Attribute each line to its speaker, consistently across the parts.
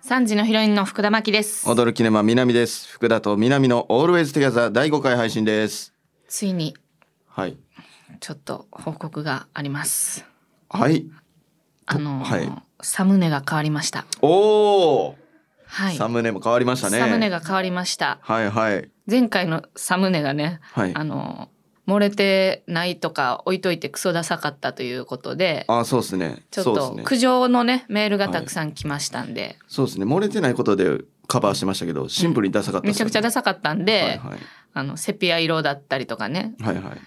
Speaker 1: 三時のヒロインの福田真希です。
Speaker 2: 踊るキネマ南です福田と南の Always Together 第5回配信です
Speaker 1: ついに
Speaker 2: はい
Speaker 1: ちょっと報告があります。
Speaker 2: はい
Speaker 1: あの、
Speaker 2: はい
Speaker 1: サムネが変わりました。
Speaker 2: おー、
Speaker 1: はい。
Speaker 2: サムネも変わりましたね
Speaker 1: サムネが変わりました。
Speaker 2: はいはい
Speaker 1: 前回のサムネがね、
Speaker 2: はい
Speaker 1: あの漏れてないとか置いといてクソダサかったということで、
Speaker 2: あそうですね
Speaker 1: ちょっ
Speaker 2: そう
Speaker 1: と
Speaker 2: ですね
Speaker 1: 苦情のねメールがたくさん来ましたんで、
Speaker 2: そうですね漏れてないことでカバーしてましたけどシンプルにダサかった
Speaker 1: めちゃくちゃダ
Speaker 2: サ
Speaker 1: サかったんで、
Speaker 2: はいはい
Speaker 1: あのセピア色だったりとかね、
Speaker 2: はいはい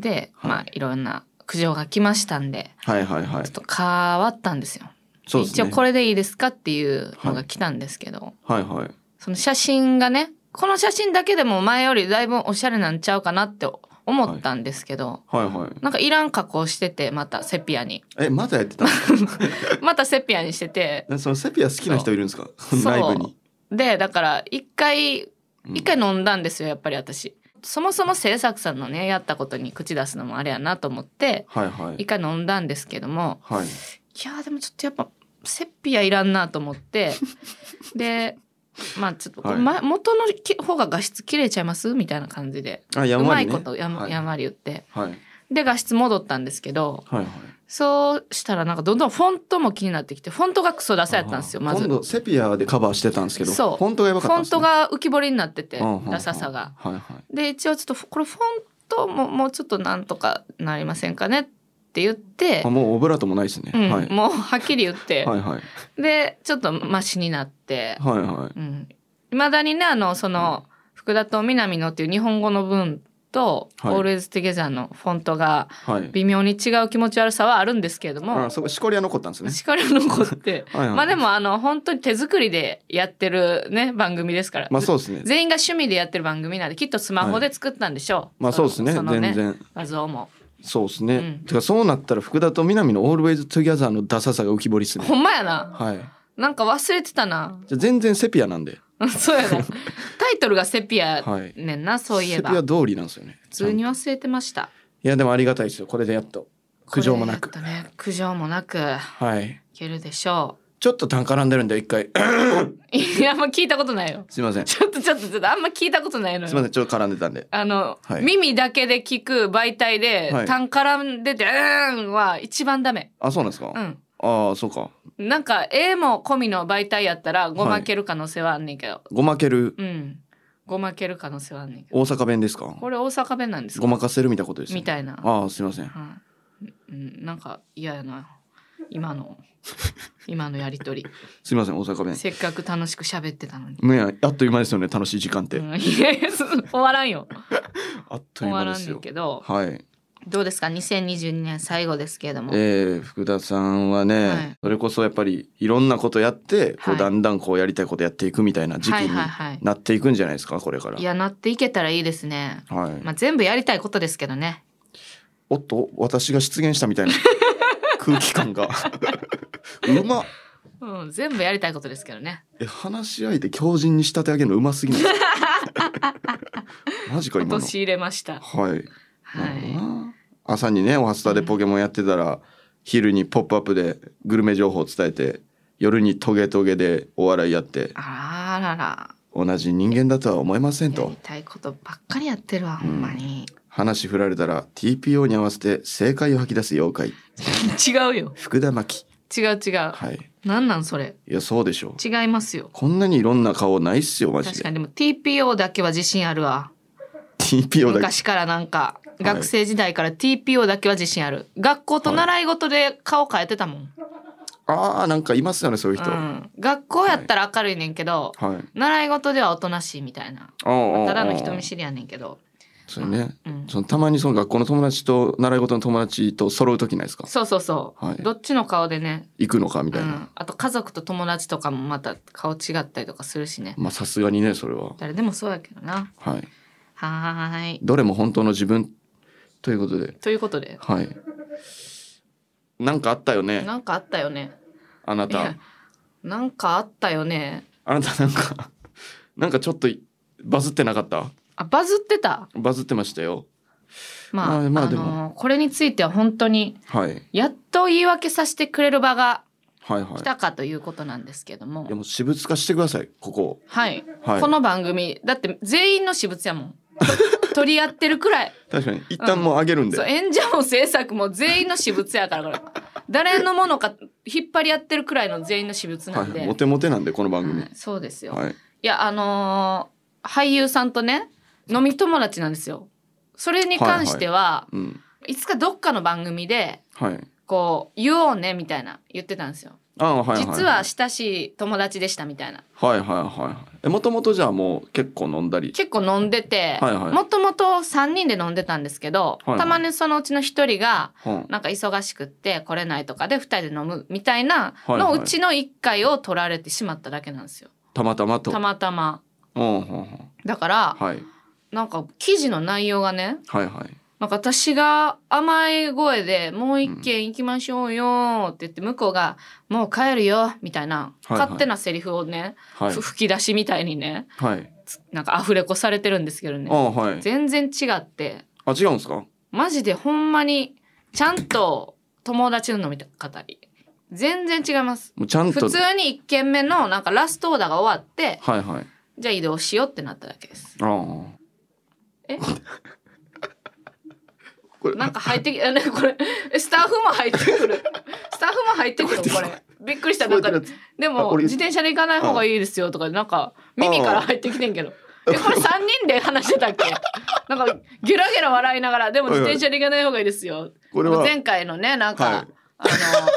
Speaker 1: で、
Speaker 2: はい
Speaker 1: まあいろんな苦情が来ましたんで、
Speaker 2: はいはいはい
Speaker 1: ちょっと変わったんですよ。
Speaker 2: そうです
Speaker 1: 一応
Speaker 2: ね
Speaker 1: これでいいですかっていうのが来たんですけど、
Speaker 2: はいはい
Speaker 1: その写真がねこの写真だけでも前よりだいぶおしゃれなんちゃうかなって思ったんですけど、
Speaker 2: はいはい
Speaker 1: なんかいらん加工しててまたセピアに
Speaker 2: えまだやってたんですか
Speaker 1: またセピアにしてて
Speaker 2: えそのセピア好きな人いるんですか
Speaker 1: う
Speaker 2: 内部に
Speaker 1: でだから一回
Speaker 2: うん
Speaker 1: 一回飲んだんですよやっぱり私。そもそも制作さんのねやったことに口出すのもあれやなと思って
Speaker 2: はいはい
Speaker 1: 一回飲んだんですけども
Speaker 2: はい
Speaker 1: いやーでもちょっとやっぱセピアいらんなと思って でまあちょっとこれ、
Speaker 2: はい
Speaker 1: ま元のき方が画質切れちゃいますみたいな感じで、
Speaker 2: あや
Speaker 1: うん
Speaker 2: わ
Speaker 1: ま
Speaker 2: り
Speaker 1: い
Speaker 2: ね
Speaker 1: ことや,、
Speaker 2: はい
Speaker 1: やんわり言って
Speaker 2: はい
Speaker 1: で画質戻ったんですけど
Speaker 2: はいはい
Speaker 1: そうしたらなんかどんどんフォントも気になってきてフォントがクソダサやったんですよまず
Speaker 2: 今
Speaker 1: フ
Speaker 2: 度セピアでカバーしてたんですけど
Speaker 1: そう
Speaker 2: フォントがやばかっ
Speaker 1: ォ
Speaker 2: たん
Speaker 1: ン
Speaker 2: ですね
Speaker 1: トが浮き彫りになってて
Speaker 2: うんうんうん
Speaker 1: ダサさが。
Speaker 2: はいはい
Speaker 1: で一応ちょっとこれフォントももうちょっとなんとかなりませんかねって言って
Speaker 2: あ、もうオブラートもないですね、
Speaker 1: うん
Speaker 2: はい
Speaker 1: もうはっきり言って、
Speaker 2: はいはい
Speaker 1: でちょっとマシになって。
Speaker 2: はいはい
Speaker 1: いまだにねあのその、福田と南野っていう日本語の文と「
Speaker 2: はい
Speaker 1: Always Together」のフォントが
Speaker 2: はい
Speaker 1: 微妙に違う気持ち悪さはあるんですけれども
Speaker 2: あそこしこりは残ったんですね
Speaker 1: 力残 って
Speaker 2: はいはい
Speaker 1: まあでもあの本当に手作りでやってるね番組ですから、
Speaker 2: まあそうですね
Speaker 1: 全員が趣味でやってる番組なんできっとスマホで作ったんでしょう、
Speaker 2: まあそうですね
Speaker 1: その
Speaker 2: 全然
Speaker 1: 画像も
Speaker 2: そうですね、
Speaker 1: うん
Speaker 2: てかそうなったら福田と南の「オールウェイズ・トゥギャザー」のダサさが浮き彫りっすね
Speaker 1: ほんまやな
Speaker 2: はい
Speaker 1: なんか忘れてたな
Speaker 2: じゃあ全然セピアなんで
Speaker 1: そうや なタイトルがセピア
Speaker 2: はい
Speaker 1: ねんな、そういえば
Speaker 2: セピア
Speaker 1: 普
Speaker 2: 通りなんですよね
Speaker 1: 通に忘れてました
Speaker 2: いやでもありがたいですよこれでやっと苦情もなく
Speaker 1: これやったね、苦情もなくい
Speaker 2: はい
Speaker 1: けるでしょ
Speaker 2: ちょっと単絡んでるんで一回
Speaker 1: う いやあんま聞いたことないよ
Speaker 2: すいませんす
Speaker 1: ちょっとちょっとちょっとあんま聞いたことないの
Speaker 2: いま
Speaker 1: よ
Speaker 2: せんちょっと絡んでたんで
Speaker 1: あの、
Speaker 2: はい
Speaker 1: 耳だけで聞く媒体で、
Speaker 2: はい
Speaker 1: 単絡んでて「うーん」は一番ダメ
Speaker 2: あそうなんですか、
Speaker 1: うん
Speaker 2: ああそうか
Speaker 1: なんか絵も込みの媒体やったらごまける可能性はあんねんけど、
Speaker 2: ごまける
Speaker 1: うんごまける可能性はあんねんけど
Speaker 2: 大阪弁ですか
Speaker 1: これ大阪弁なんです
Speaker 2: ご
Speaker 1: か
Speaker 2: まかせるみたいなことです、ね、
Speaker 1: みたいな
Speaker 2: ああすいません
Speaker 1: はいうん、なんか嫌やな今の今のやり とり
Speaker 2: すいません大阪弁
Speaker 1: せっかく楽しく喋ってたのに
Speaker 2: ねあっという間ですよね楽しい時間って、
Speaker 1: うんいや いやそ終わらんよ
Speaker 2: あっとい
Speaker 1: 終
Speaker 2: う
Speaker 1: わら
Speaker 2: 間で
Speaker 1: ん
Speaker 2: す
Speaker 1: ねん
Speaker 2: よ
Speaker 1: けど
Speaker 2: はい、
Speaker 1: どうですか2022年最後ですけれども、
Speaker 2: えー、福田さんはね、
Speaker 1: はい
Speaker 2: それこそやっぱりいろんなことやって
Speaker 1: は
Speaker 2: こう
Speaker 1: い
Speaker 2: だんだんこうやりたいことやっていくみたいな時期
Speaker 1: はい
Speaker 2: に
Speaker 1: はいはい
Speaker 2: なっていくんじゃないですかこれから
Speaker 1: いやなっていけたらいいですね、
Speaker 2: はい、
Speaker 1: まあ、全部やりたいことですけどね
Speaker 2: おっと私が出現した みたいな空気感が うまっ
Speaker 1: うん全部やりたいことですけどね
Speaker 2: え話し相手強靭に仕立て上げるのうま すぎないマジか
Speaker 1: 落
Speaker 2: 今
Speaker 1: と
Speaker 2: の
Speaker 1: し入れました
Speaker 2: はい
Speaker 1: は
Speaker 2: なるほど
Speaker 1: い
Speaker 2: な朝にね「おはスタ」でポケモンやってたら、昼に「ポップアップでグルメ情報を伝えて夜に「トゲトゲ」でお笑いやって
Speaker 1: あらら
Speaker 2: 同じ人間だとは思えません
Speaker 1: や
Speaker 2: と
Speaker 1: りたいことばっかりやってるわほんま に、
Speaker 2: 話振られたら TPO に合わせて正解を吐き出す妖怪
Speaker 1: 違うよ
Speaker 2: 福田真希
Speaker 1: 違う違う、
Speaker 2: はい
Speaker 1: なんなんそれ
Speaker 2: いやそうでしょう
Speaker 1: 違いますよ
Speaker 2: こんなにいろんな顔ないっすよマジ
Speaker 1: 確か
Speaker 2: で
Speaker 1: にでも TPO だけは自信あるわ
Speaker 2: TPO だけ
Speaker 1: 昔からなんか
Speaker 2: い
Speaker 1: 学生時代から TPO だけは自信ある学校と習い事で顔変えてたもん、
Speaker 2: ああなんかいますよねそういう人、
Speaker 1: う
Speaker 2: はい
Speaker 1: ん、学校やったら明るいねんけど、習い事ではおとなしいみたいな
Speaker 2: あーあー
Speaker 1: ただの人
Speaker 2: あー
Speaker 1: 見知りやねんけど
Speaker 2: そうね、
Speaker 1: うん
Speaker 2: そのたまにその学校の友達と習い事の友達と揃う時ないですか
Speaker 1: そうそうそう、
Speaker 2: はい
Speaker 1: どっちの顔でね、
Speaker 2: 行くのかみ
Speaker 1: う
Speaker 2: たいな、
Speaker 1: ん、あと家族と友達とかもまた顔違ったりとかするしね
Speaker 2: まあさすがにねそれは
Speaker 1: 誰でもそうやけどな
Speaker 2: はい
Speaker 1: はーい
Speaker 2: どれも本当の自分ということで
Speaker 1: ということで
Speaker 2: はいなんかあったよね
Speaker 1: なんかあったよね
Speaker 2: あない
Speaker 1: や
Speaker 2: た
Speaker 1: なんかあったよね
Speaker 2: あなたなんか なんかちょっとバズってなかった
Speaker 1: あバズってた
Speaker 2: バズってましたよ
Speaker 1: まあ、
Speaker 2: まあ
Speaker 1: あ、
Speaker 2: まあでも
Speaker 1: のこれについては本当に
Speaker 2: はい
Speaker 1: やっと言い訳させてくれる場が
Speaker 2: はいはい
Speaker 1: 来たかということなんですけども
Speaker 2: いやもう私物化してくださいここ
Speaker 1: はい、
Speaker 2: はい
Speaker 1: この番組だって全員の私物やもん 取り合ってるくらい
Speaker 2: 確かに一旦もう上げるんで、
Speaker 1: そう演者も制作も全員の私物やからこれ誰のものか引っ張り合ってるくらいの全員の私物な
Speaker 2: は
Speaker 1: んで、
Speaker 2: い、モテモテなんでこの番組
Speaker 1: はいそうですよ、い、
Speaker 2: はい
Speaker 1: やあのー俳優さんとね飲み友達なんですよそれに関しては、
Speaker 2: うん
Speaker 1: いつかどっかの番組で
Speaker 2: はい
Speaker 1: こう言おうねみたいな言ってたんですよ、
Speaker 2: ああはいはい
Speaker 1: 実は親しい友達でしたみたいな
Speaker 2: はいはいはいえもともとじゃあもう結構飲んだり
Speaker 1: 結構飲んでて
Speaker 2: はいはい
Speaker 1: もともと3人で飲んでたんですけど、
Speaker 2: はいはい
Speaker 1: たまにそのうちの1人が
Speaker 2: うん
Speaker 1: なんか忙しくって来れないとかで2人で飲むみたいな
Speaker 2: はい
Speaker 1: の
Speaker 2: はいう
Speaker 1: ちの1回を取られてしまっただけなんですよ
Speaker 2: たまたまと
Speaker 1: たまたま
Speaker 2: うんうんうん
Speaker 1: だから
Speaker 2: はい
Speaker 1: なんか記事の内容がね
Speaker 2: はいはい
Speaker 1: なんか私が甘い声で「もう一軒行きましょうよ」って言って向こうが「もう帰るよ」みたいな
Speaker 2: はいはい
Speaker 1: 勝手なセリフをね
Speaker 2: はい
Speaker 1: ふ吹き出しみたいにね
Speaker 2: はい
Speaker 1: なんかアフレコされてるんですけど
Speaker 2: あ
Speaker 1: ね
Speaker 2: あはい
Speaker 1: 全然違って
Speaker 2: あ違うんですか
Speaker 1: マジでほんまにちゃんと友達の飲み方全然違います
Speaker 2: もうちゃんと
Speaker 1: 普通に1軒目のなんかラストオーダーが終わって
Speaker 2: はいはい
Speaker 1: じゃあ移動しようってなっただけです
Speaker 2: ああ
Speaker 1: え
Speaker 2: これ
Speaker 1: なんか入ってきえなんかこれえスタッフも入ってく るスタッフも入ってくる
Speaker 2: こう
Speaker 1: こ
Speaker 2: やっ
Speaker 1: れびっくりした
Speaker 2: こ
Speaker 1: な
Speaker 2: うん
Speaker 1: か
Speaker 2: やってる
Speaker 1: で
Speaker 2: やあ
Speaker 1: も
Speaker 2: 俺
Speaker 1: 自転車で行かない方がいいですよとかなんか耳から入ってきてんけどえこれ3人で話してたっけ なんかゲラゲラ笑いながらでも自転車で行かない方がいいですよ
Speaker 2: つこれははい
Speaker 1: 前回のねなんか、
Speaker 2: はい
Speaker 1: あ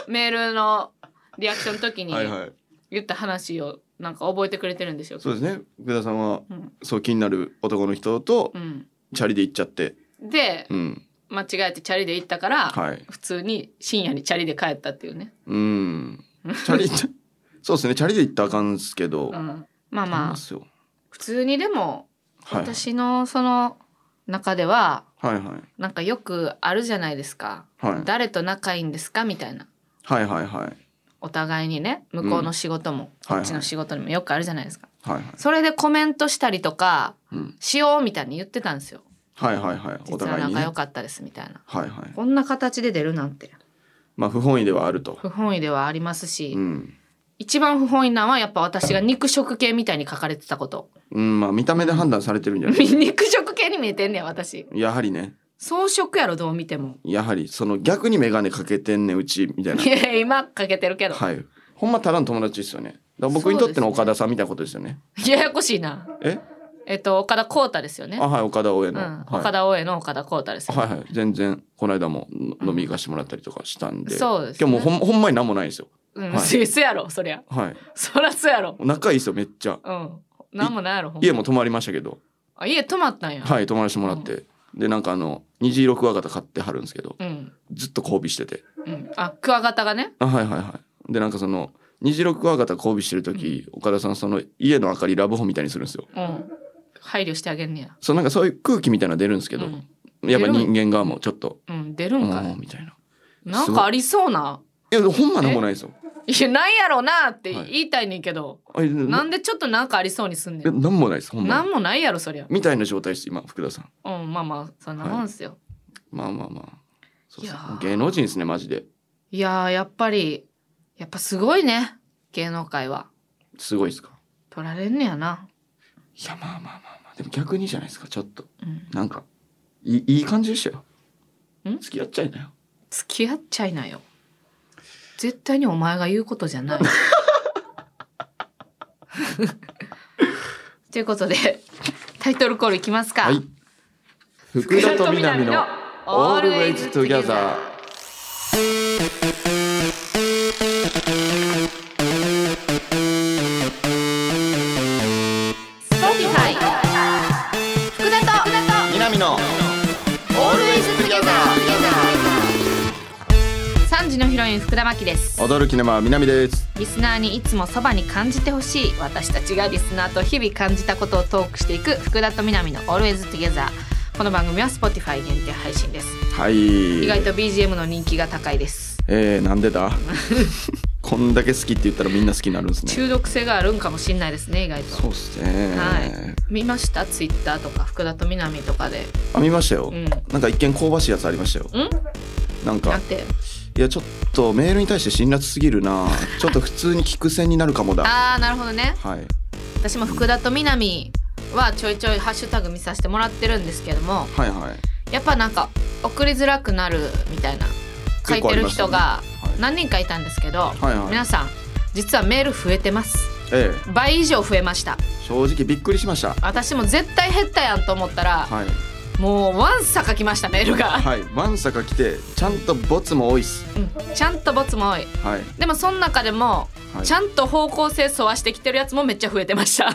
Speaker 1: のメールのリアクションの時に
Speaker 2: はい
Speaker 1: 言った話をなんか覚えてくれてるんでしょうか
Speaker 2: そうですね福田さんは
Speaker 1: うん
Speaker 2: そう気になる男の人と
Speaker 1: うん
Speaker 2: チャリで行っちゃって
Speaker 1: で
Speaker 2: うん
Speaker 1: 間違えてチャリで行ったから、
Speaker 2: はい
Speaker 1: 普通に深夜にチャリで帰ったっていうね、
Speaker 2: うんチャリ そうですねチャリで行ったらあかんすけど
Speaker 1: うん、まあ
Speaker 2: あり
Speaker 1: まあ
Speaker 2: ますよ
Speaker 1: 普通にでも
Speaker 2: はい
Speaker 1: 私のその中では
Speaker 2: はいはい
Speaker 1: なんかよくあるじゃないですか、
Speaker 2: はい
Speaker 1: 誰と仲いいんですかみたいな
Speaker 2: はいはいはい
Speaker 1: お互いにね向こうの仕事も、
Speaker 2: はいはい
Speaker 1: こっちの仕事にもよくあるじゃないですか、
Speaker 2: はいはい
Speaker 1: それでコメントしたりとか
Speaker 2: うん
Speaker 1: しようみたいに言ってたんですよ
Speaker 2: はいはいはい
Speaker 1: 実
Speaker 2: お
Speaker 1: は
Speaker 2: 互いに
Speaker 1: 仲
Speaker 2: ね
Speaker 1: 良かったですみたいな
Speaker 2: はいはい
Speaker 1: こんな形で出るなんて
Speaker 2: まあ不本意ではあると
Speaker 1: 不本意ではありますし、
Speaker 2: うん
Speaker 1: 一番不本意なのはやっぱ私が肉食系みたいに書かれてたこと
Speaker 2: うんまあ見た目で判断されてるんじゃない
Speaker 1: 肉食系に見えてんねん私
Speaker 2: やはりね
Speaker 1: 草食やろどう見ても
Speaker 2: やはりその逆に眼鏡かけてんねうちみた いない
Speaker 1: や今かけてるけど、
Speaker 2: はいほんまただの友達ですよねだから僕にとっての岡田さんみたいなことですよね
Speaker 1: ややこしいな
Speaker 2: え
Speaker 1: えっと岡田康太ですよね
Speaker 2: あはい岡田大江
Speaker 1: う
Speaker 2: の、
Speaker 1: ん、
Speaker 2: はい
Speaker 1: 岡田大江の岡田康太ですよ、
Speaker 2: はいはい全然この間もの飲み行かしてもらったりとかしたんで、
Speaker 1: そうですね
Speaker 2: 今日もうほんほんまに何もないんですよ
Speaker 1: うん、
Speaker 2: は い
Speaker 1: せせやろそりゃ
Speaker 2: はい
Speaker 1: そりゃそうやろ
Speaker 2: 仲いいですよめっちゃ
Speaker 1: うんなんもないやろほんま
Speaker 2: 家も泊まりましたけど
Speaker 1: あ家泊まったんや、
Speaker 2: はい泊まらせてもらって、でなんかあの虹色クワガタ買ってはるんですけど
Speaker 1: うん
Speaker 2: ずっと交尾してて
Speaker 1: うんあクワガタがね
Speaker 2: あはいはいはいでなんかその虹色クワガタ交尾してる時、岡田さんその家の明かりラブホみたいにするんですよ
Speaker 1: うん配慮してあげんねや
Speaker 2: そうなんかそういう空気みたいなの出るんですけ
Speaker 1: う
Speaker 2: ど、
Speaker 1: ん、
Speaker 2: やっぱ人間側もちょっと
Speaker 1: うん、出る
Speaker 2: 「うん
Speaker 1: かい、
Speaker 2: ん」みたいな
Speaker 1: なんかありそうない
Speaker 2: やほんまなんもないですよ
Speaker 1: いやないやろなって
Speaker 2: はい
Speaker 1: 言いたいねんけど、
Speaker 2: あいやな
Speaker 1: なんでちょっとなんかありそうにすんね
Speaker 2: いや
Speaker 1: ん
Speaker 2: なんもないですほんま
Speaker 1: なん
Speaker 2: に
Speaker 1: もないやろそりゃ
Speaker 2: みたいな状態です今福田さん
Speaker 1: うんまあまあそんなもんですよ、
Speaker 2: まあまあまあそう
Speaker 1: いや
Speaker 2: そう
Speaker 1: ー
Speaker 2: 芸能人ですねマジで
Speaker 1: い、やーやっぱりやっぱすごいね芸能界は
Speaker 2: すごいですか
Speaker 1: 取られんねやな、
Speaker 2: いやまあまあまあまあでも逆にじゃないですかちょっと
Speaker 1: うん、
Speaker 2: なんかいいいい感じでしたよ
Speaker 1: ん
Speaker 2: 付き合っちゃいなよ
Speaker 1: 付き合っちゃいなよ絶対にお前が言うことじゃない ということでタイトルコールいきますか、
Speaker 2: はい福田と南の「オールウェイズ・トゥギャザー」
Speaker 1: Spotify 福田と
Speaker 2: 南の「オールウェイズ・トゥギャザ
Speaker 1: 三時のヒロイン福田真希です
Speaker 2: ー」驚きのま南です
Speaker 1: リスナーにいつもそばに感じてほしい私たちがリスナーと日々感じたことをトークしていく福田と南の Always Together この番組は Spotify 限定配信です
Speaker 2: はい
Speaker 1: 意外と BGM の人気が高いです
Speaker 2: えー、なんで だこんだけ好きって言ったらみんな好きになるんですね
Speaker 1: 中毒性があるんかもしれないですね意外と
Speaker 2: そうっすね、
Speaker 1: はい見ました Twitter とか福田と南とかで
Speaker 2: あ見ましたよ、
Speaker 1: うん
Speaker 2: なんか一見香ばしいやつありましたよ
Speaker 1: ん
Speaker 2: なん
Speaker 1: な
Speaker 2: か
Speaker 1: んて
Speaker 2: いやちょっとメールに対して辛辣すぎるなちょっと普通に聞く線になるかもだ
Speaker 1: ああなるほどね
Speaker 2: はい
Speaker 1: 私も福田と南はちょいちょいハッシュタグ見させてもらってるんですけども
Speaker 2: はいはい
Speaker 1: やっぱなんか送りづらくなるみたいな書い
Speaker 2: 結構
Speaker 1: て
Speaker 2: あり
Speaker 1: る
Speaker 2: ました
Speaker 1: 人が
Speaker 2: ねはい
Speaker 1: 何人かいたんですけど、
Speaker 2: はいはい
Speaker 1: 皆さん実はメール増えてます
Speaker 2: え
Speaker 1: 倍以上増えました
Speaker 2: え正直びっくりしました
Speaker 1: 私も絶対減ったやんと思ったら、
Speaker 2: はい
Speaker 1: もうワンサ書きましたメールが、
Speaker 2: はいわんさか来てちゃんとボツも多いっす
Speaker 1: うん、ちゃんとボツも多い
Speaker 2: はい
Speaker 1: でもその中でも、
Speaker 2: はい
Speaker 1: ちゃんと方向性沿わしてきてるやつもめっちゃ増えてました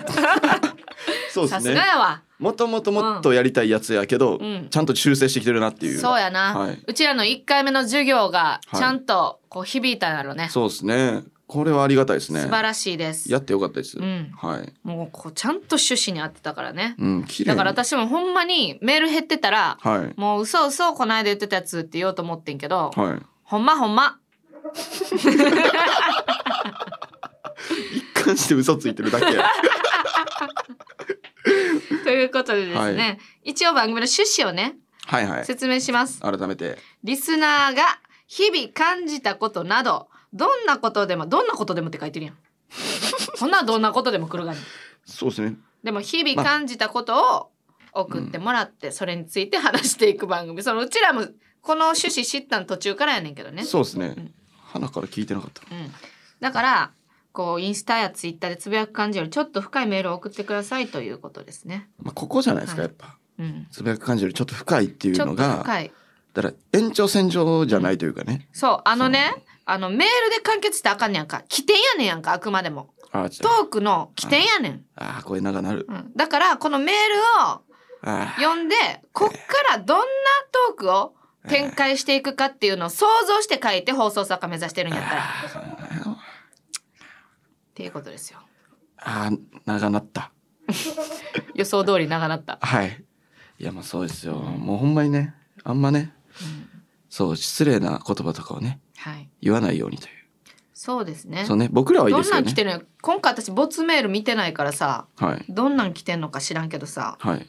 Speaker 2: そうで
Speaker 1: さ
Speaker 2: す
Speaker 1: すが
Speaker 2: ね
Speaker 1: やわ
Speaker 2: もともともっとやりたいやつやけど、
Speaker 1: うん
Speaker 2: ちゃんと修正してきてるなっていう
Speaker 1: そうやな、
Speaker 2: はいう
Speaker 1: ちらの1回目の授業が
Speaker 2: はい
Speaker 1: ちゃんとこう響いたんだろうね,、
Speaker 2: そうですねこれはありがたいですね
Speaker 1: 素晴らしいです
Speaker 2: やってよかったです、
Speaker 1: うん
Speaker 2: はい
Speaker 1: もうこうちゃんと趣旨に合ってたからね、
Speaker 2: うん綺麗
Speaker 1: だ
Speaker 2: に
Speaker 1: から私もほんまにメール減ってたら、
Speaker 2: はい
Speaker 1: もう嘘嘘こないだ言ってたやつって言おうと思ってんけど、
Speaker 2: は
Speaker 1: ほんまほんま
Speaker 2: い一貫して嘘ついてるだけ
Speaker 1: ということでですね、
Speaker 2: は
Speaker 1: 一応番組の趣旨をね
Speaker 2: はいはい
Speaker 1: 説明します、
Speaker 2: 改めて
Speaker 1: リスナーが日々感じたことなどどんなことでもどんなことでもって書いてる やんそんなどんなことでも来るがに
Speaker 2: そうですね
Speaker 1: でも日々感じたことを送ってもらって、それについて話していく番組そのうちらもこの趣旨知ったの途中からやねんけどね
Speaker 2: そうですね、
Speaker 1: うん
Speaker 2: 花から聞いてなかった
Speaker 1: うん、だからこうインスタやツイッターでつぶやく感じよりちょっと深いメールを送ってくださいということですね。
Speaker 2: まあ、ここじゃないですか、
Speaker 1: はい
Speaker 2: やっぱ
Speaker 1: うん、
Speaker 2: つぶやく感じよりちょっと深いってい
Speaker 1: ち
Speaker 2: う
Speaker 1: ょ
Speaker 2: の
Speaker 1: っと
Speaker 2: が
Speaker 1: 深い
Speaker 2: だから延長線上じゃないというかね、
Speaker 1: そうあのねあのメールで完結してあかんねやんか起点やねんやんかあくまでも
Speaker 2: ああち
Speaker 1: ト
Speaker 2: ょっと
Speaker 1: ークの起点やねん、
Speaker 2: ああ声長なる
Speaker 1: うん、だからこのメールを
Speaker 2: ああ
Speaker 1: 読んでこっからどんなトークを展開していくかっていうのを想像して書いて放送作家目指してるんやったらっ
Speaker 2: あ
Speaker 1: ていうことですよ
Speaker 2: あ長なった
Speaker 1: 予想通り長なった
Speaker 2: はいいやまあそうですよもうほんまにねあんまね、そう失礼な言葉とかをね
Speaker 1: はい
Speaker 2: 言わないようにとい
Speaker 1: そうですね
Speaker 2: うそうね僕らはいいで
Speaker 1: どん
Speaker 2: す
Speaker 1: な
Speaker 2: よ
Speaker 1: ん来
Speaker 2: ね
Speaker 1: てるの今回私ボツメール見てないからさ
Speaker 2: はい
Speaker 1: どんなん来てんのか知らんけどさ
Speaker 2: はい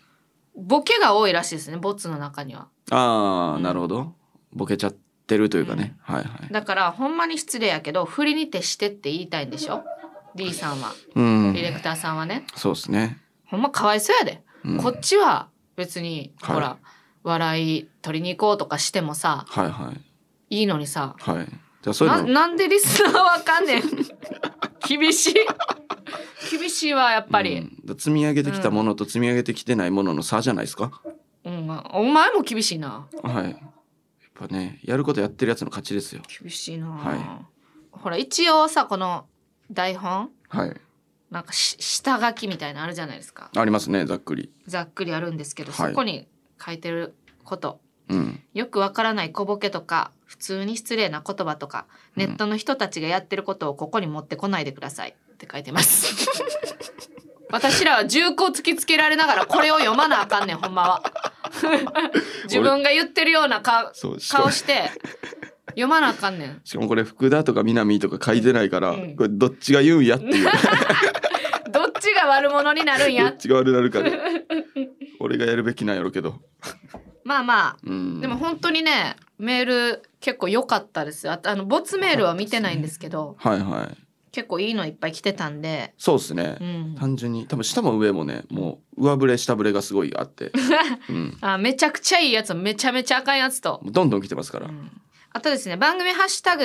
Speaker 1: ボケが多いらしいですねボツの中には
Speaker 2: ああなるほどボケちゃってるというかね、はいはい
Speaker 1: だからほんまに失礼やけど振りに徹してって言いたいんでしょ D さんは
Speaker 2: う
Speaker 1: デ
Speaker 2: ん
Speaker 1: ィレクターさんはね
Speaker 2: そうですね
Speaker 1: ほんまかわいそうやで、
Speaker 2: うん
Speaker 1: こっちは別に
Speaker 2: はい
Speaker 1: ほら、笑い取りに行こうとかしてもさ
Speaker 2: はいはい
Speaker 1: いいのにさ
Speaker 2: はいじゃあそういう
Speaker 1: な
Speaker 2: の
Speaker 1: なんでリスナーわかん ねん厳しい厳しいわやっぱり、
Speaker 2: うんだ積み上げてきたものと積み上げてきてないものの差じゃないですか、
Speaker 1: うん、お前も厳しいな
Speaker 2: はいやっぱねやることやってるやつの勝ちですよ
Speaker 1: 厳しいな、
Speaker 2: は
Speaker 1: ほら一応さこの台本
Speaker 2: はい
Speaker 1: なんかし下書きみたいなのあるじゃないですか
Speaker 2: ありますねざっくり
Speaker 1: ざっくりあるんですけど、
Speaker 2: はい
Speaker 1: そこに書いてること
Speaker 2: うん
Speaker 1: よくわからない小ボケとか普通に失礼な言葉とか
Speaker 2: うん
Speaker 1: ネットの人たちがやってることをここに持ってこないでくださいって書いてます 私らは銃口突きつけられながらこれを読まなあかんねんほんま は自分が言ってるような顔
Speaker 2: そうしか
Speaker 1: 顔
Speaker 2: も
Speaker 1: して読まなあかんねん
Speaker 2: しかもこれ福田とか南とか書いてないから、
Speaker 1: うん
Speaker 2: これどっちが言うんやって いう
Speaker 1: どっちが悪者になるん
Speaker 2: ど
Speaker 1: や
Speaker 2: っちが悪なる かで俺がやるべきなんやろうけど
Speaker 1: まあま
Speaker 2: うん
Speaker 1: あでも本当にねメール結構良かったですよあとあのボツメールは見てないんですけど
Speaker 2: はいはい
Speaker 1: 結構いいのいっぱい来てたんで、
Speaker 2: そうですね、
Speaker 1: うん、
Speaker 2: 単純に多分下も上もねもう上振れ下振れがすごいあ って、うん、
Speaker 1: あめちゃくちゃいいやつめちゃめちゃあかんやつと、
Speaker 2: もうどんどん来てますか
Speaker 1: う
Speaker 2: ら、
Speaker 1: ん、あとですね番組「ハッシュタグ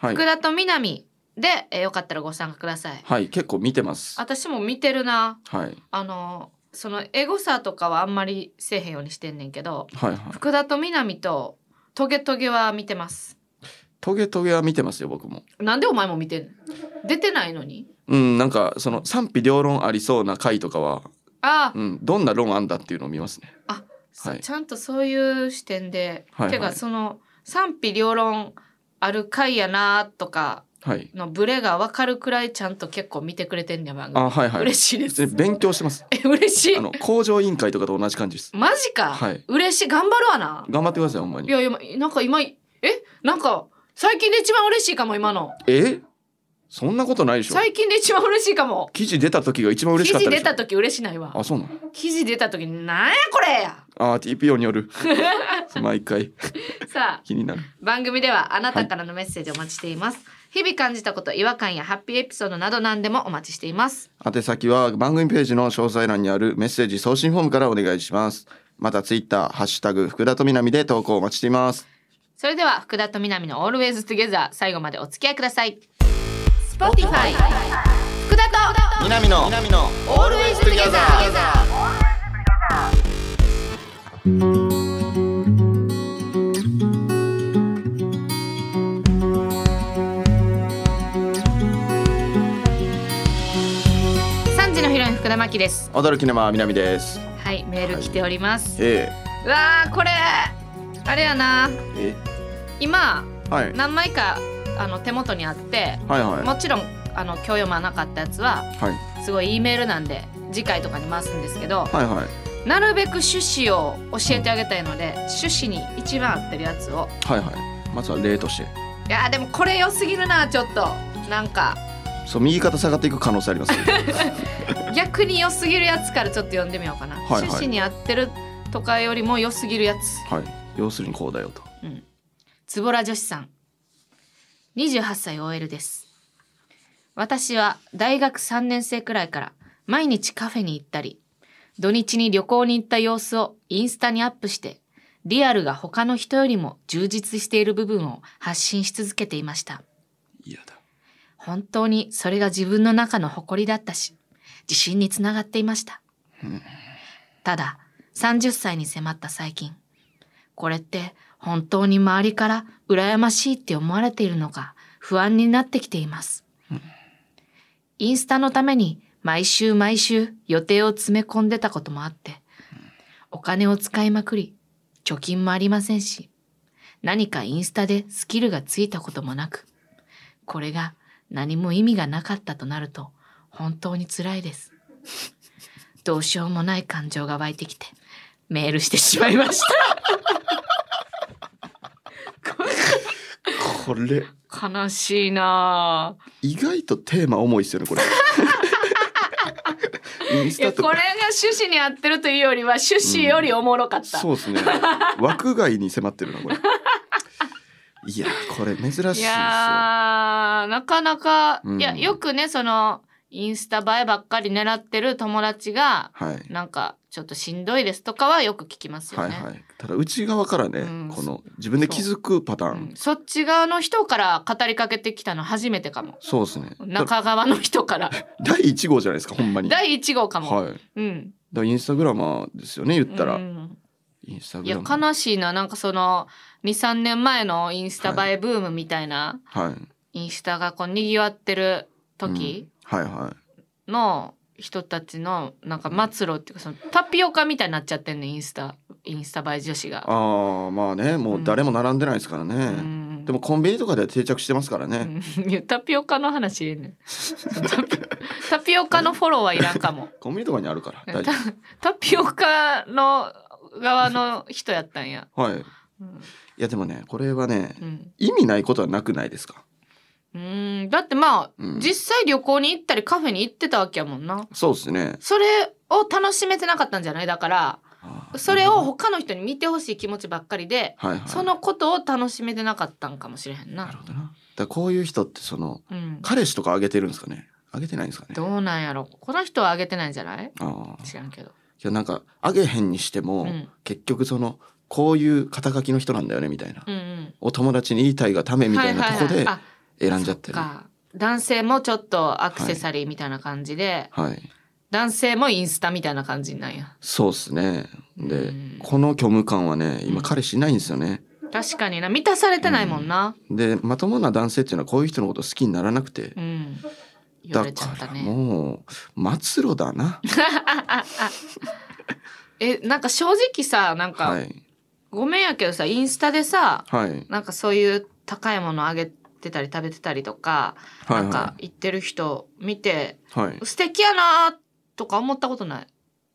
Speaker 2: はい
Speaker 1: 福、田と南で」えーよかったらご参加ください
Speaker 2: はい、結構見てます
Speaker 1: 私も見てるな
Speaker 2: はい
Speaker 1: あのそのエゴサとかはあんまりせえへんようにしてんねんけど
Speaker 2: はいはい
Speaker 1: 福田と南とトゲトゲは見てます
Speaker 2: トゲトゲは見てますよ僕も
Speaker 1: なんでお前も見てんの出てないのに
Speaker 2: うんなんかその賛否両論ありそうな回とかは、
Speaker 1: ああ
Speaker 2: うん、どんな論あんだっていうのを見ますね
Speaker 1: そ
Speaker 2: はい
Speaker 1: ちゃんとそういう視点で、
Speaker 2: はいは
Speaker 1: て
Speaker 2: い
Speaker 1: かその賛否両論ある回やなとか
Speaker 2: はい
Speaker 1: のブレが分かるくらいちゃんと結構見てくれてんねや番組、
Speaker 2: あはいはい
Speaker 1: 嬉しいで
Speaker 2: 普通
Speaker 1: す
Speaker 2: に勉強してます
Speaker 1: え嬉しい
Speaker 2: あの工場委員会とかと同じ感じです
Speaker 1: マジか、
Speaker 2: はい
Speaker 1: 嬉しい頑張るわな
Speaker 2: 頑張ってくださいほんま
Speaker 1: い
Speaker 2: に
Speaker 1: やいやなんか今えなんか最近で一番嬉しいかも今の
Speaker 2: えそんなことないでしょ
Speaker 1: 最近で一番嬉しいかも
Speaker 2: 記事出た時が一番嬉しか
Speaker 1: 記
Speaker 2: っ
Speaker 1: 事
Speaker 2: たで
Speaker 1: 出
Speaker 2: し
Speaker 1: た
Speaker 2: ょ
Speaker 1: 時嬉しないわ
Speaker 2: あそうなの
Speaker 1: 記事出た時なんやこれや
Speaker 2: あー TPO による 毎回
Speaker 1: さあ
Speaker 2: 気になる
Speaker 1: 番組ではあなたからのメッセージをお待ちしています、日々感じたこと違和感やハッピーエピソードなど何でもお待ちしています
Speaker 2: 宛先は番組ページの詳細欄にあるメッセージ送信フォームからお願いしますまたツイッターハッシュタグ福田とみなみで投稿お待ちしています
Speaker 1: それでは福田と南の Always Together 最後までお付き合いください Spotify 福田と
Speaker 2: 南の南の
Speaker 1: Always Together 3時のヒロイン福田真希です
Speaker 2: 驚きのまみなみです
Speaker 1: はいメール来ております、
Speaker 2: え
Speaker 1: うわあこれあれやな
Speaker 2: ええ
Speaker 1: 今
Speaker 2: えはい
Speaker 1: 何枚かあの手元にあって
Speaker 2: はいはい
Speaker 1: もちろんあの今日読まなかったやつは
Speaker 2: はい
Speaker 1: すごい E メールなんで次回とかに回すんですけど
Speaker 2: はいはい
Speaker 1: なるべく趣旨を教えてあげたいので趣旨に一番合ってるやつを
Speaker 2: はいはいまずは例として
Speaker 1: いやーでもこれ良すぎるなちょっとなんか
Speaker 2: そう右肩下がっていく可能性あ ります、ね、
Speaker 1: 逆に良すぎるやつからちょっと読んでみようかな、
Speaker 2: いはい
Speaker 1: 趣旨に合ってるとかよりも良すぎるやつ
Speaker 2: はい要するにこうだよと
Speaker 1: つぼら女子さん28歳 OL です私は大学3年生くらいから毎日カフェに行ったり土日に旅行に行った様子をインスタにアップしてリアルが他の人よりも充実している部分を発信し続けていました
Speaker 2: 嫌だ
Speaker 1: 本当にそれが自分の中の誇りだったし自信につながっていましたただ30歳に迫った最近これって本当に周りから羨ましいって思われているのか不安になってきていますインスタのために毎週毎週予定を詰め込んでたこともあってお金を使いまくり貯金もありませんし何かインスタでスキルがついたこともなくこれが何も意味がなかったとなると本当に辛いです。どうしようもない感情が湧いてきてメールしてしまいました。こ
Speaker 2: これ
Speaker 1: 悲しいなあ
Speaker 2: 意外とテーマ重いっすよ ねこれインス
Speaker 1: いや
Speaker 2: タ
Speaker 1: ことれが趣旨に合ってるというよりは趣旨よりおもろかった。
Speaker 2: そうですね枠外に迫ってるなこれいやこれ珍しいです
Speaker 1: い
Speaker 2: よ
Speaker 1: やーなかなか、
Speaker 2: うん
Speaker 1: いやよくねそのインスタ映えばっかり狙ってる友達が
Speaker 2: はい、
Speaker 1: なんかちょっとしんどいですとかはよく聞きますよ
Speaker 2: はい
Speaker 1: ね。
Speaker 2: はいただ内側からね、
Speaker 1: うん
Speaker 2: この自分で気づくパターン
Speaker 1: そっち側の人から語りかけてきたの初めてかも
Speaker 2: そうですねだから
Speaker 1: 中側の人 から
Speaker 2: 第1号じゃないですかほんまに
Speaker 1: 第一号かも、
Speaker 2: はいだか
Speaker 1: うん
Speaker 2: らインスタグラマーですよね言ったら、
Speaker 1: うん
Speaker 2: インスタ
Speaker 1: い
Speaker 2: グ
Speaker 1: や
Speaker 2: ラマー
Speaker 1: 悲しいななんかその23年前のインスタ映えブームみたいな、
Speaker 2: はい、
Speaker 1: インスタがこうにぎわってる時
Speaker 2: うんはいは
Speaker 1: の人たちのなんか末路っていうかそのタピオカみたいになっちゃってんねインスタインスタ映え女子
Speaker 2: あ
Speaker 1: が。
Speaker 2: ーまあねもう誰も並んでないですからね、
Speaker 1: うん
Speaker 2: でもコンビニとかでは定着してますからね、
Speaker 1: うんいやタピオカの話ええねんタピタピオカのフォローはいらんかも
Speaker 2: コンビニとかにあるから
Speaker 1: タ
Speaker 2: 大丈
Speaker 1: タピオカの側の人やったんや。
Speaker 2: 夫はいい
Speaker 1: うん
Speaker 2: やでもねこれはね
Speaker 1: うん
Speaker 2: 意味ないことはなくないですか、
Speaker 1: うーんだってまあ、
Speaker 2: うん、
Speaker 1: 実際旅行に行ったりカフェに行ってたわけやもんな。
Speaker 2: そうですね
Speaker 1: それを楽しめてなかったんじゃないだから
Speaker 2: あー
Speaker 1: それを他の人に見てほしい気持ちばっかりで
Speaker 2: はいはい
Speaker 1: そのことを楽しめてなかったんかもしれへん
Speaker 2: なる
Speaker 1: な。
Speaker 2: ほどなだからこういう人ってその
Speaker 1: うん、
Speaker 2: 彼氏とかあげてるんですかねあげてないんですかね
Speaker 1: どうなんやろこの人はあげてないんじゃない
Speaker 2: ああ
Speaker 1: 知らんけど。
Speaker 2: いやなんかあげへんにしても、
Speaker 1: うん
Speaker 2: 結局そのこういう肩書きの人なんだよねみたいな、
Speaker 1: うん
Speaker 2: お友達に言いたいがため
Speaker 1: うん、
Speaker 2: みたいなとこで
Speaker 1: あ
Speaker 2: 選んじゃってる、はい
Speaker 1: か男性もちょっとアクセサリーみたいな感じで、男性もインスタみたいな感じなんや。
Speaker 2: そうですねで、
Speaker 1: うん
Speaker 2: この虚無感はね
Speaker 1: うん
Speaker 2: 今彼氏いないんですよね、
Speaker 1: 確かにな満たされてないもんな。
Speaker 2: でまともな男性っていうのはこういう人のこと好きにならなくて、
Speaker 1: うん。言わ
Speaker 2: だ
Speaker 1: れちゃっ
Speaker 2: か
Speaker 1: た
Speaker 2: ら
Speaker 1: ね。
Speaker 2: もう末路だな
Speaker 1: えなんか正直さなんか、
Speaker 2: はい
Speaker 1: ごめんやけどさインスタでさ
Speaker 2: はいはい
Speaker 1: なんかそういう高いものあげてたり食べてたりとか、なんか
Speaker 2: は
Speaker 1: 言ってる人見て
Speaker 2: いはい
Speaker 1: 素敵やなとか思ったことない。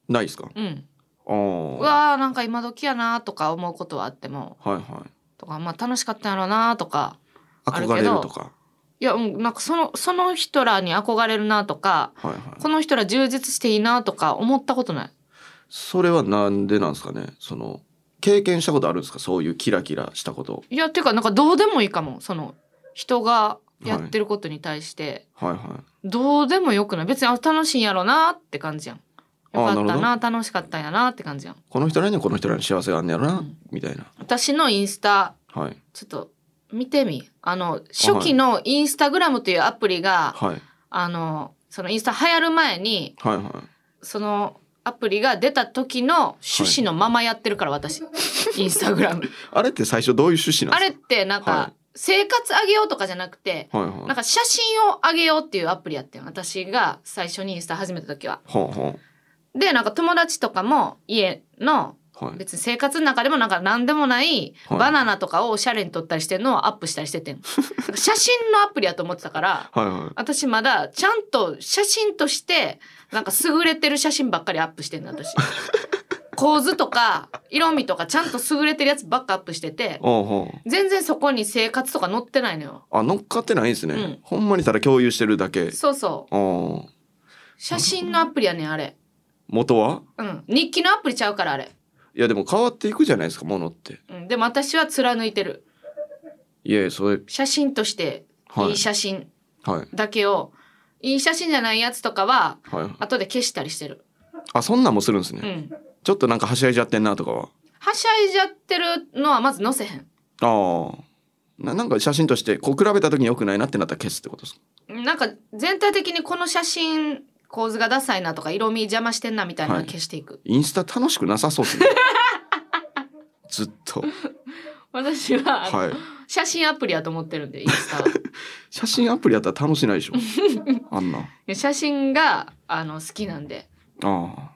Speaker 2: ないですか
Speaker 1: うん。
Speaker 2: ああ
Speaker 1: うわーなんか今時やなとか思うことはあっても
Speaker 2: はいはい
Speaker 1: とかまあ楽しかったんやろうなとかある
Speaker 2: 憧
Speaker 1: け
Speaker 2: れる
Speaker 1: ど
Speaker 2: とか
Speaker 1: いやうんなんかそのその人らに憧れるなとか
Speaker 2: はいはい
Speaker 1: この人ら充実していいなとか思ったことない
Speaker 2: それはなんでなんですかねその経験したことあるんですかそういうキラキラしたこと
Speaker 1: いやっていうかなんかどうでもいいかもその人がやってることに対して、
Speaker 2: はいは
Speaker 1: どうでもよくない別にあ楽しいんやろなって感じやんよ
Speaker 2: あ
Speaker 1: か
Speaker 2: な
Speaker 1: っ
Speaker 2: る
Speaker 1: た
Speaker 2: ほ
Speaker 1: な楽しかったんやなって感じやん
Speaker 2: いこの人らにはこの人らの幸せがあんねやろな、
Speaker 1: うん
Speaker 2: みたいな
Speaker 1: 私のインスタ
Speaker 2: はい
Speaker 1: ちょっと見てみあの初期のインスタグラムというアプリが、
Speaker 2: はい
Speaker 1: あのそのインスタ流行る前に
Speaker 2: はいは
Speaker 1: そのアプリが出た時の趣旨のままやってるから私、 インスタグラム
Speaker 2: いあれって最初どういう趣旨な
Speaker 1: あ
Speaker 2: ん
Speaker 1: れ
Speaker 2: です
Speaker 1: っ
Speaker 2: か
Speaker 1: てなんか、
Speaker 2: は
Speaker 1: 生活上げようとかじゃなくて
Speaker 2: はいはい
Speaker 1: なんか写真を上げようっていうアプリやってん私が最初にインスタ始めた時は。
Speaker 2: ほうほ
Speaker 1: でなんか友達とかも家の
Speaker 2: うはい
Speaker 1: 別に生活の中でもなんか何でもない
Speaker 2: はい
Speaker 1: バナナとかをおしゃれに撮ったりしてるのをアップしたりして てんなんか写真のアプリやと思ってたから
Speaker 2: はいはい
Speaker 1: 私まだちゃんと写真としてなんか優れてる写真ばっかりアップしてんの 私構図とか色味とかちゃんと優れてるやつばっかアップしてて
Speaker 2: おうほう
Speaker 1: 全然そこに生活とか載ってないのよ
Speaker 2: あ乗っかってないんですね、
Speaker 1: うん
Speaker 2: ほんまにただ共有してるだけ
Speaker 1: そうそう
Speaker 2: あー
Speaker 1: 写真のアプリやねんあれ
Speaker 2: 元は
Speaker 1: うん日記のアプリちゃうからあれ、
Speaker 2: いやでも変わっていくじゃないですかものって
Speaker 1: うん、でも私は貫いてる
Speaker 2: いやいやそれ
Speaker 1: 写真として
Speaker 2: はい
Speaker 1: いい写真
Speaker 2: はい
Speaker 1: だけを、い、い写真じゃないやつとかは
Speaker 2: はい
Speaker 1: 後で消したりしてる、
Speaker 2: あそんなんもするんです
Speaker 1: う
Speaker 2: ね、
Speaker 1: ん、
Speaker 2: ちょっとなんかはしゃいじゃってんなとかは
Speaker 1: はしゃいじゃってるのはまず載せへん
Speaker 2: ああななんか写真としてこう比べた時に良くないなってなったら消すってことですか
Speaker 1: なんか全体的にこの写真構図がダサいなとか色味邪魔してんなみたいなのを消していく、
Speaker 2: インスタ楽しくなさそうです ねずっと
Speaker 1: 私は、あの
Speaker 2: はい
Speaker 1: 写真アプリやと思ってるんでイン スタはい
Speaker 2: 写真アプリやったら楽しな いでしょあんな
Speaker 1: や写真があの好きなんで
Speaker 2: ああ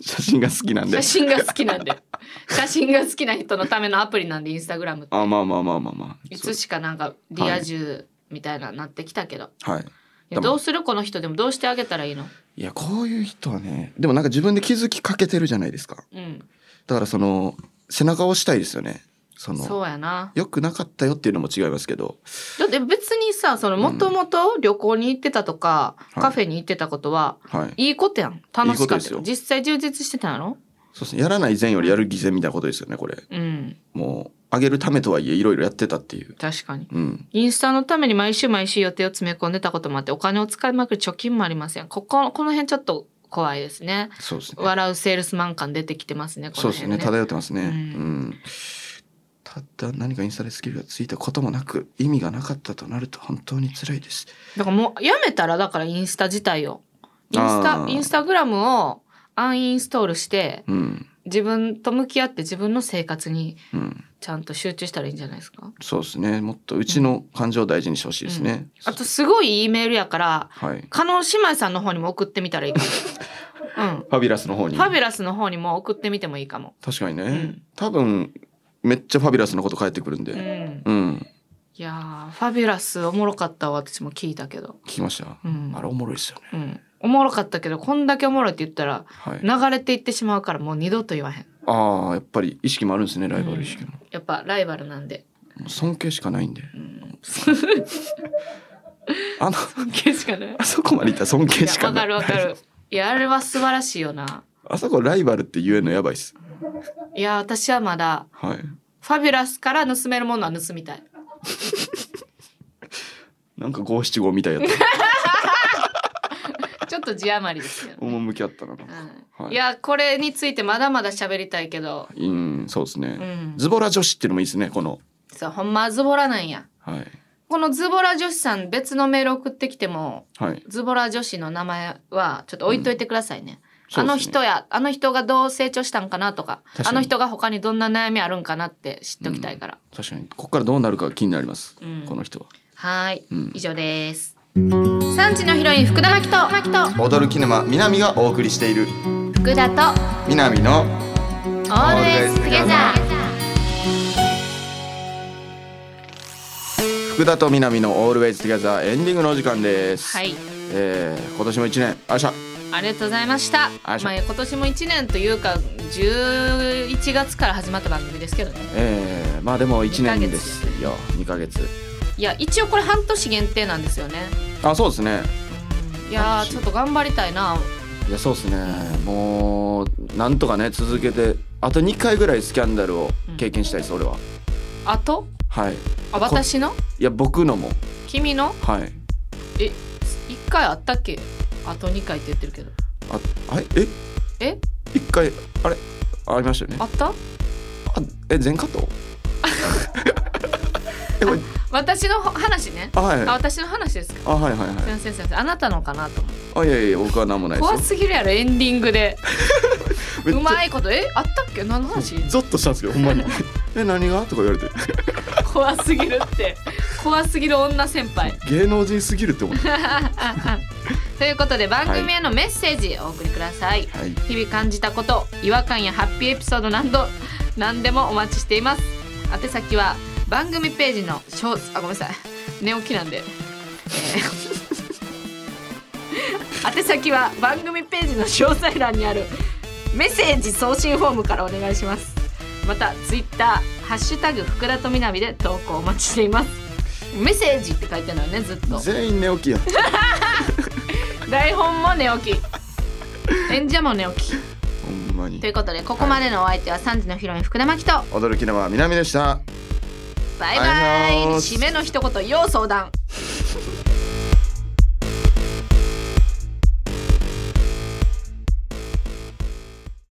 Speaker 2: 写真が好きなんで
Speaker 1: 写真が好きなん で写真が好きな人のためのアプリなんでインスタグラムって
Speaker 2: あまあまあまあまあまあ
Speaker 1: いつしかなんかリア充みたいななってきたけど、
Speaker 2: はい
Speaker 1: いや
Speaker 2: でも
Speaker 1: どうするこの人でもどうしてあげたらいいの
Speaker 2: いやこういう人はねでもなんか自分で気づきかけてるじゃないですか
Speaker 1: うん
Speaker 2: だからその背中を押したいですよねその
Speaker 1: そうやな
Speaker 2: 良くなかったよっていうのも違いますけど
Speaker 1: だって別にさそのもともと旅行に行ってたとか、
Speaker 2: はい
Speaker 1: カフェに行ってたことは
Speaker 2: はい
Speaker 1: いいことやん楽しか
Speaker 2: いいこと
Speaker 1: っ
Speaker 2: です
Speaker 1: た
Speaker 2: よ
Speaker 1: 実際充実してたんやろ
Speaker 2: そうですねやらない善よりやる偽善みたいなことですよねこれ
Speaker 1: うん
Speaker 2: もう上げるためとはいえいろいろやってたっていう
Speaker 1: 確かに
Speaker 2: うん
Speaker 1: インスタのために毎週毎週予定を詰め込んでたこともあってお金を使いまくる貯金もありませんこここの辺ちょっと怖いですね
Speaker 2: そうですね
Speaker 1: 笑うセールスマン感出てきてますねこ
Speaker 2: そ
Speaker 1: の
Speaker 2: うです
Speaker 1: 辺ね
Speaker 2: ね漂ってますね
Speaker 1: うん
Speaker 2: うんただ何かインスタでスキルがついたこともなく意味がなかったとなると本当に辛いです
Speaker 1: だからもうやめたらだからインスタ自体をインス
Speaker 2: あ
Speaker 1: タ
Speaker 2: ー
Speaker 1: インスタグラムをアンインストールして
Speaker 2: うん
Speaker 1: 自分と向き合って自分の生活に
Speaker 2: うん
Speaker 1: ちゃんと集中したらいいんじゃないですか
Speaker 2: そうですねもっとうちの感情を大事にしてほしいですね、
Speaker 1: あとすごいいいメールやから
Speaker 2: はい
Speaker 1: 加納姉妹さんの方にも送ってみたらいいか も、
Speaker 2: ファビュラスの方
Speaker 1: うん、
Speaker 2: に
Speaker 1: ファビュラスの方にも送ってみてもいいかも、
Speaker 2: 確かにね、
Speaker 1: ん
Speaker 2: 多分めっちゃファビュラスのこと返ってくるんで
Speaker 1: うん、
Speaker 2: うん、
Speaker 1: いやーファビュラスおもろかったわ私も聞いたけど、
Speaker 2: 聞きました、
Speaker 1: うん
Speaker 2: あれおもろいですよ
Speaker 1: う
Speaker 2: ね
Speaker 1: ん、おもろかったけどこんだけおもろいって言ったら
Speaker 2: はい
Speaker 1: 流れていってしまうからもう二度と言わへん
Speaker 2: ああやっぱり意識もあるんですねライバル意識も,、
Speaker 1: やっぱライバルなんで、
Speaker 2: もう尊敬しかないんで
Speaker 1: うん、
Speaker 2: あの
Speaker 1: 尊敬しかない
Speaker 2: あそこまでいったら尊敬しか
Speaker 1: わ
Speaker 2: な
Speaker 1: か
Speaker 2: い
Speaker 1: るわかるいやあれは素晴らしいよな
Speaker 2: あそこライバルって言えるのやばいっす
Speaker 1: いや私はまだ
Speaker 2: はい
Speaker 1: ファビュラスから盗めるものは盗みたい
Speaker 2: なんか五七五みたいやっ
Speaker 1: ちょっと字余りですけど
Speaker 2: た、趣あったななんか
Speaker 1: うん
Speaker 2: はい
Speaker 1: いやこれについてまだまだ喋りたいけど
Speaker 2: うんそうですね、
Speaker 1: うん
Speaker 2: ズボラ女子っていうのもいいですねこの
Speaker 1: そうほんまズボラなんや
Speaker 2: はい
Speaker 1: このズボラ女子さん別のメール送ってきても
Speaker 2: はい
Speaker 1: ズボラ女子の名前はちょっと置いといてくださいね、
Speaker 2: そう
Speaker 1: あの
Speaker 2: ですね
Speaker 1: 人やあの人がどう成長したんかなとか
Speaker 2: 確かに
Speaker 1: あの人が他にどんな悩みあるんかなって知っておきたいから、
Speaker 2: 確かにここからどうなるかが気になります、
Speaker 1: うん
Speaker 2: この人は
Speaker 1: はーい、
Speaker 2: うん
Speaker 1: 以上です産地のヒロイン福田真希と
Speaker 2: 踊るキネマ南がお送りしている
Speaker 1: 福田と
Speaker 2: 南の
Speaker 1: オールデイズトゥゲザー
Speaker 2: 福田と南の Always Together エンディングのお時間です、
Speaker 1: はい
Speaker 2: えー今年も一年あいしゃ
Speaker 1: ありがとうございました。
Speaker 2: あ
Speaker 1: まあ
Speaker 2: りがとうござい
Speaker 1: 今年も一年というか11月から始まった番組ですけどね。
Speaker 2: えーまあでも一年ですよ2ヶ月
Speaker 1: いや一応これ半年限定なんですよね
Speaker 2: あそうですね
Speaker 1: いやーちょっと頑張りたいない
Speaker 2: やそうですねもうなんとかね続けてあと2回ぐらいスキャンダルを経験したいです、俺は
Speaker 1: あと
Speaker 2: はい
Speaker 1: あ私の
Speaker 2: いや僕のも
Speaker 1: 君の
Speaker 2: はい
Speaker 1: え一回あったっけあと二回って言ってるけど
Speaker 2: ああえ
Speaker 1: え
Speaker 2: 一回あれありましたよね
Speaker 1: あった
Speaker 2: あえ全カットえこれ
Speaker 1: 私の話ね
Speaker 2: あはい
Speaker 1: あ私の話ですか
Speaker 2: あはいはいはい
Speaker 1: 先生先生あなたのかなと思って
Speaker 2: あいやいや僕は何もないですよ
Speaker 1: 怖すぎるやろエンディングで
Speaker 2: めっち
Speaker 1: う
Speaker 2: ゃ
Speaker 1: まいことえあったっけ何の 話
Speaker 2: ゾッとしたんですけどほんまに え何がとか言われて
Speaker 1: 怖すぎるって怖すぎる女先輩
Speaker 2: 芸能人すぎるって思って
Speaker 1: ということで番組へのメッセージお送りください、
Speaker 2: はい
Speaker 1: 日々感じたこと違和感やハッピーエピソードなど何でもお待ちしています宛先は番組ページのショーあごめんなさい寝起きなんで、えー宛先は番組ページの詳細欄にあるメッセージ送信フォームからお願いしますまたツイッターハッシュタグ福田とみなみで投稿お待ちしていますメッセージって書いてあるのよねずっと
Speaker 2: 全員寝起きや
Speaker 1: 台本も寝起き演者も寝起き
Speaker 2: ほんまに
Speaker 1: ということでここまでのお相手は3時のヒロイン福田真紀と
Speaker 2: 驚きのは南でした
Speaker 1: バイバ
Speaker 2: バイバ
Speaker 1: イ
Speaker 2: イ
Speaker 1: 締めの一言要相談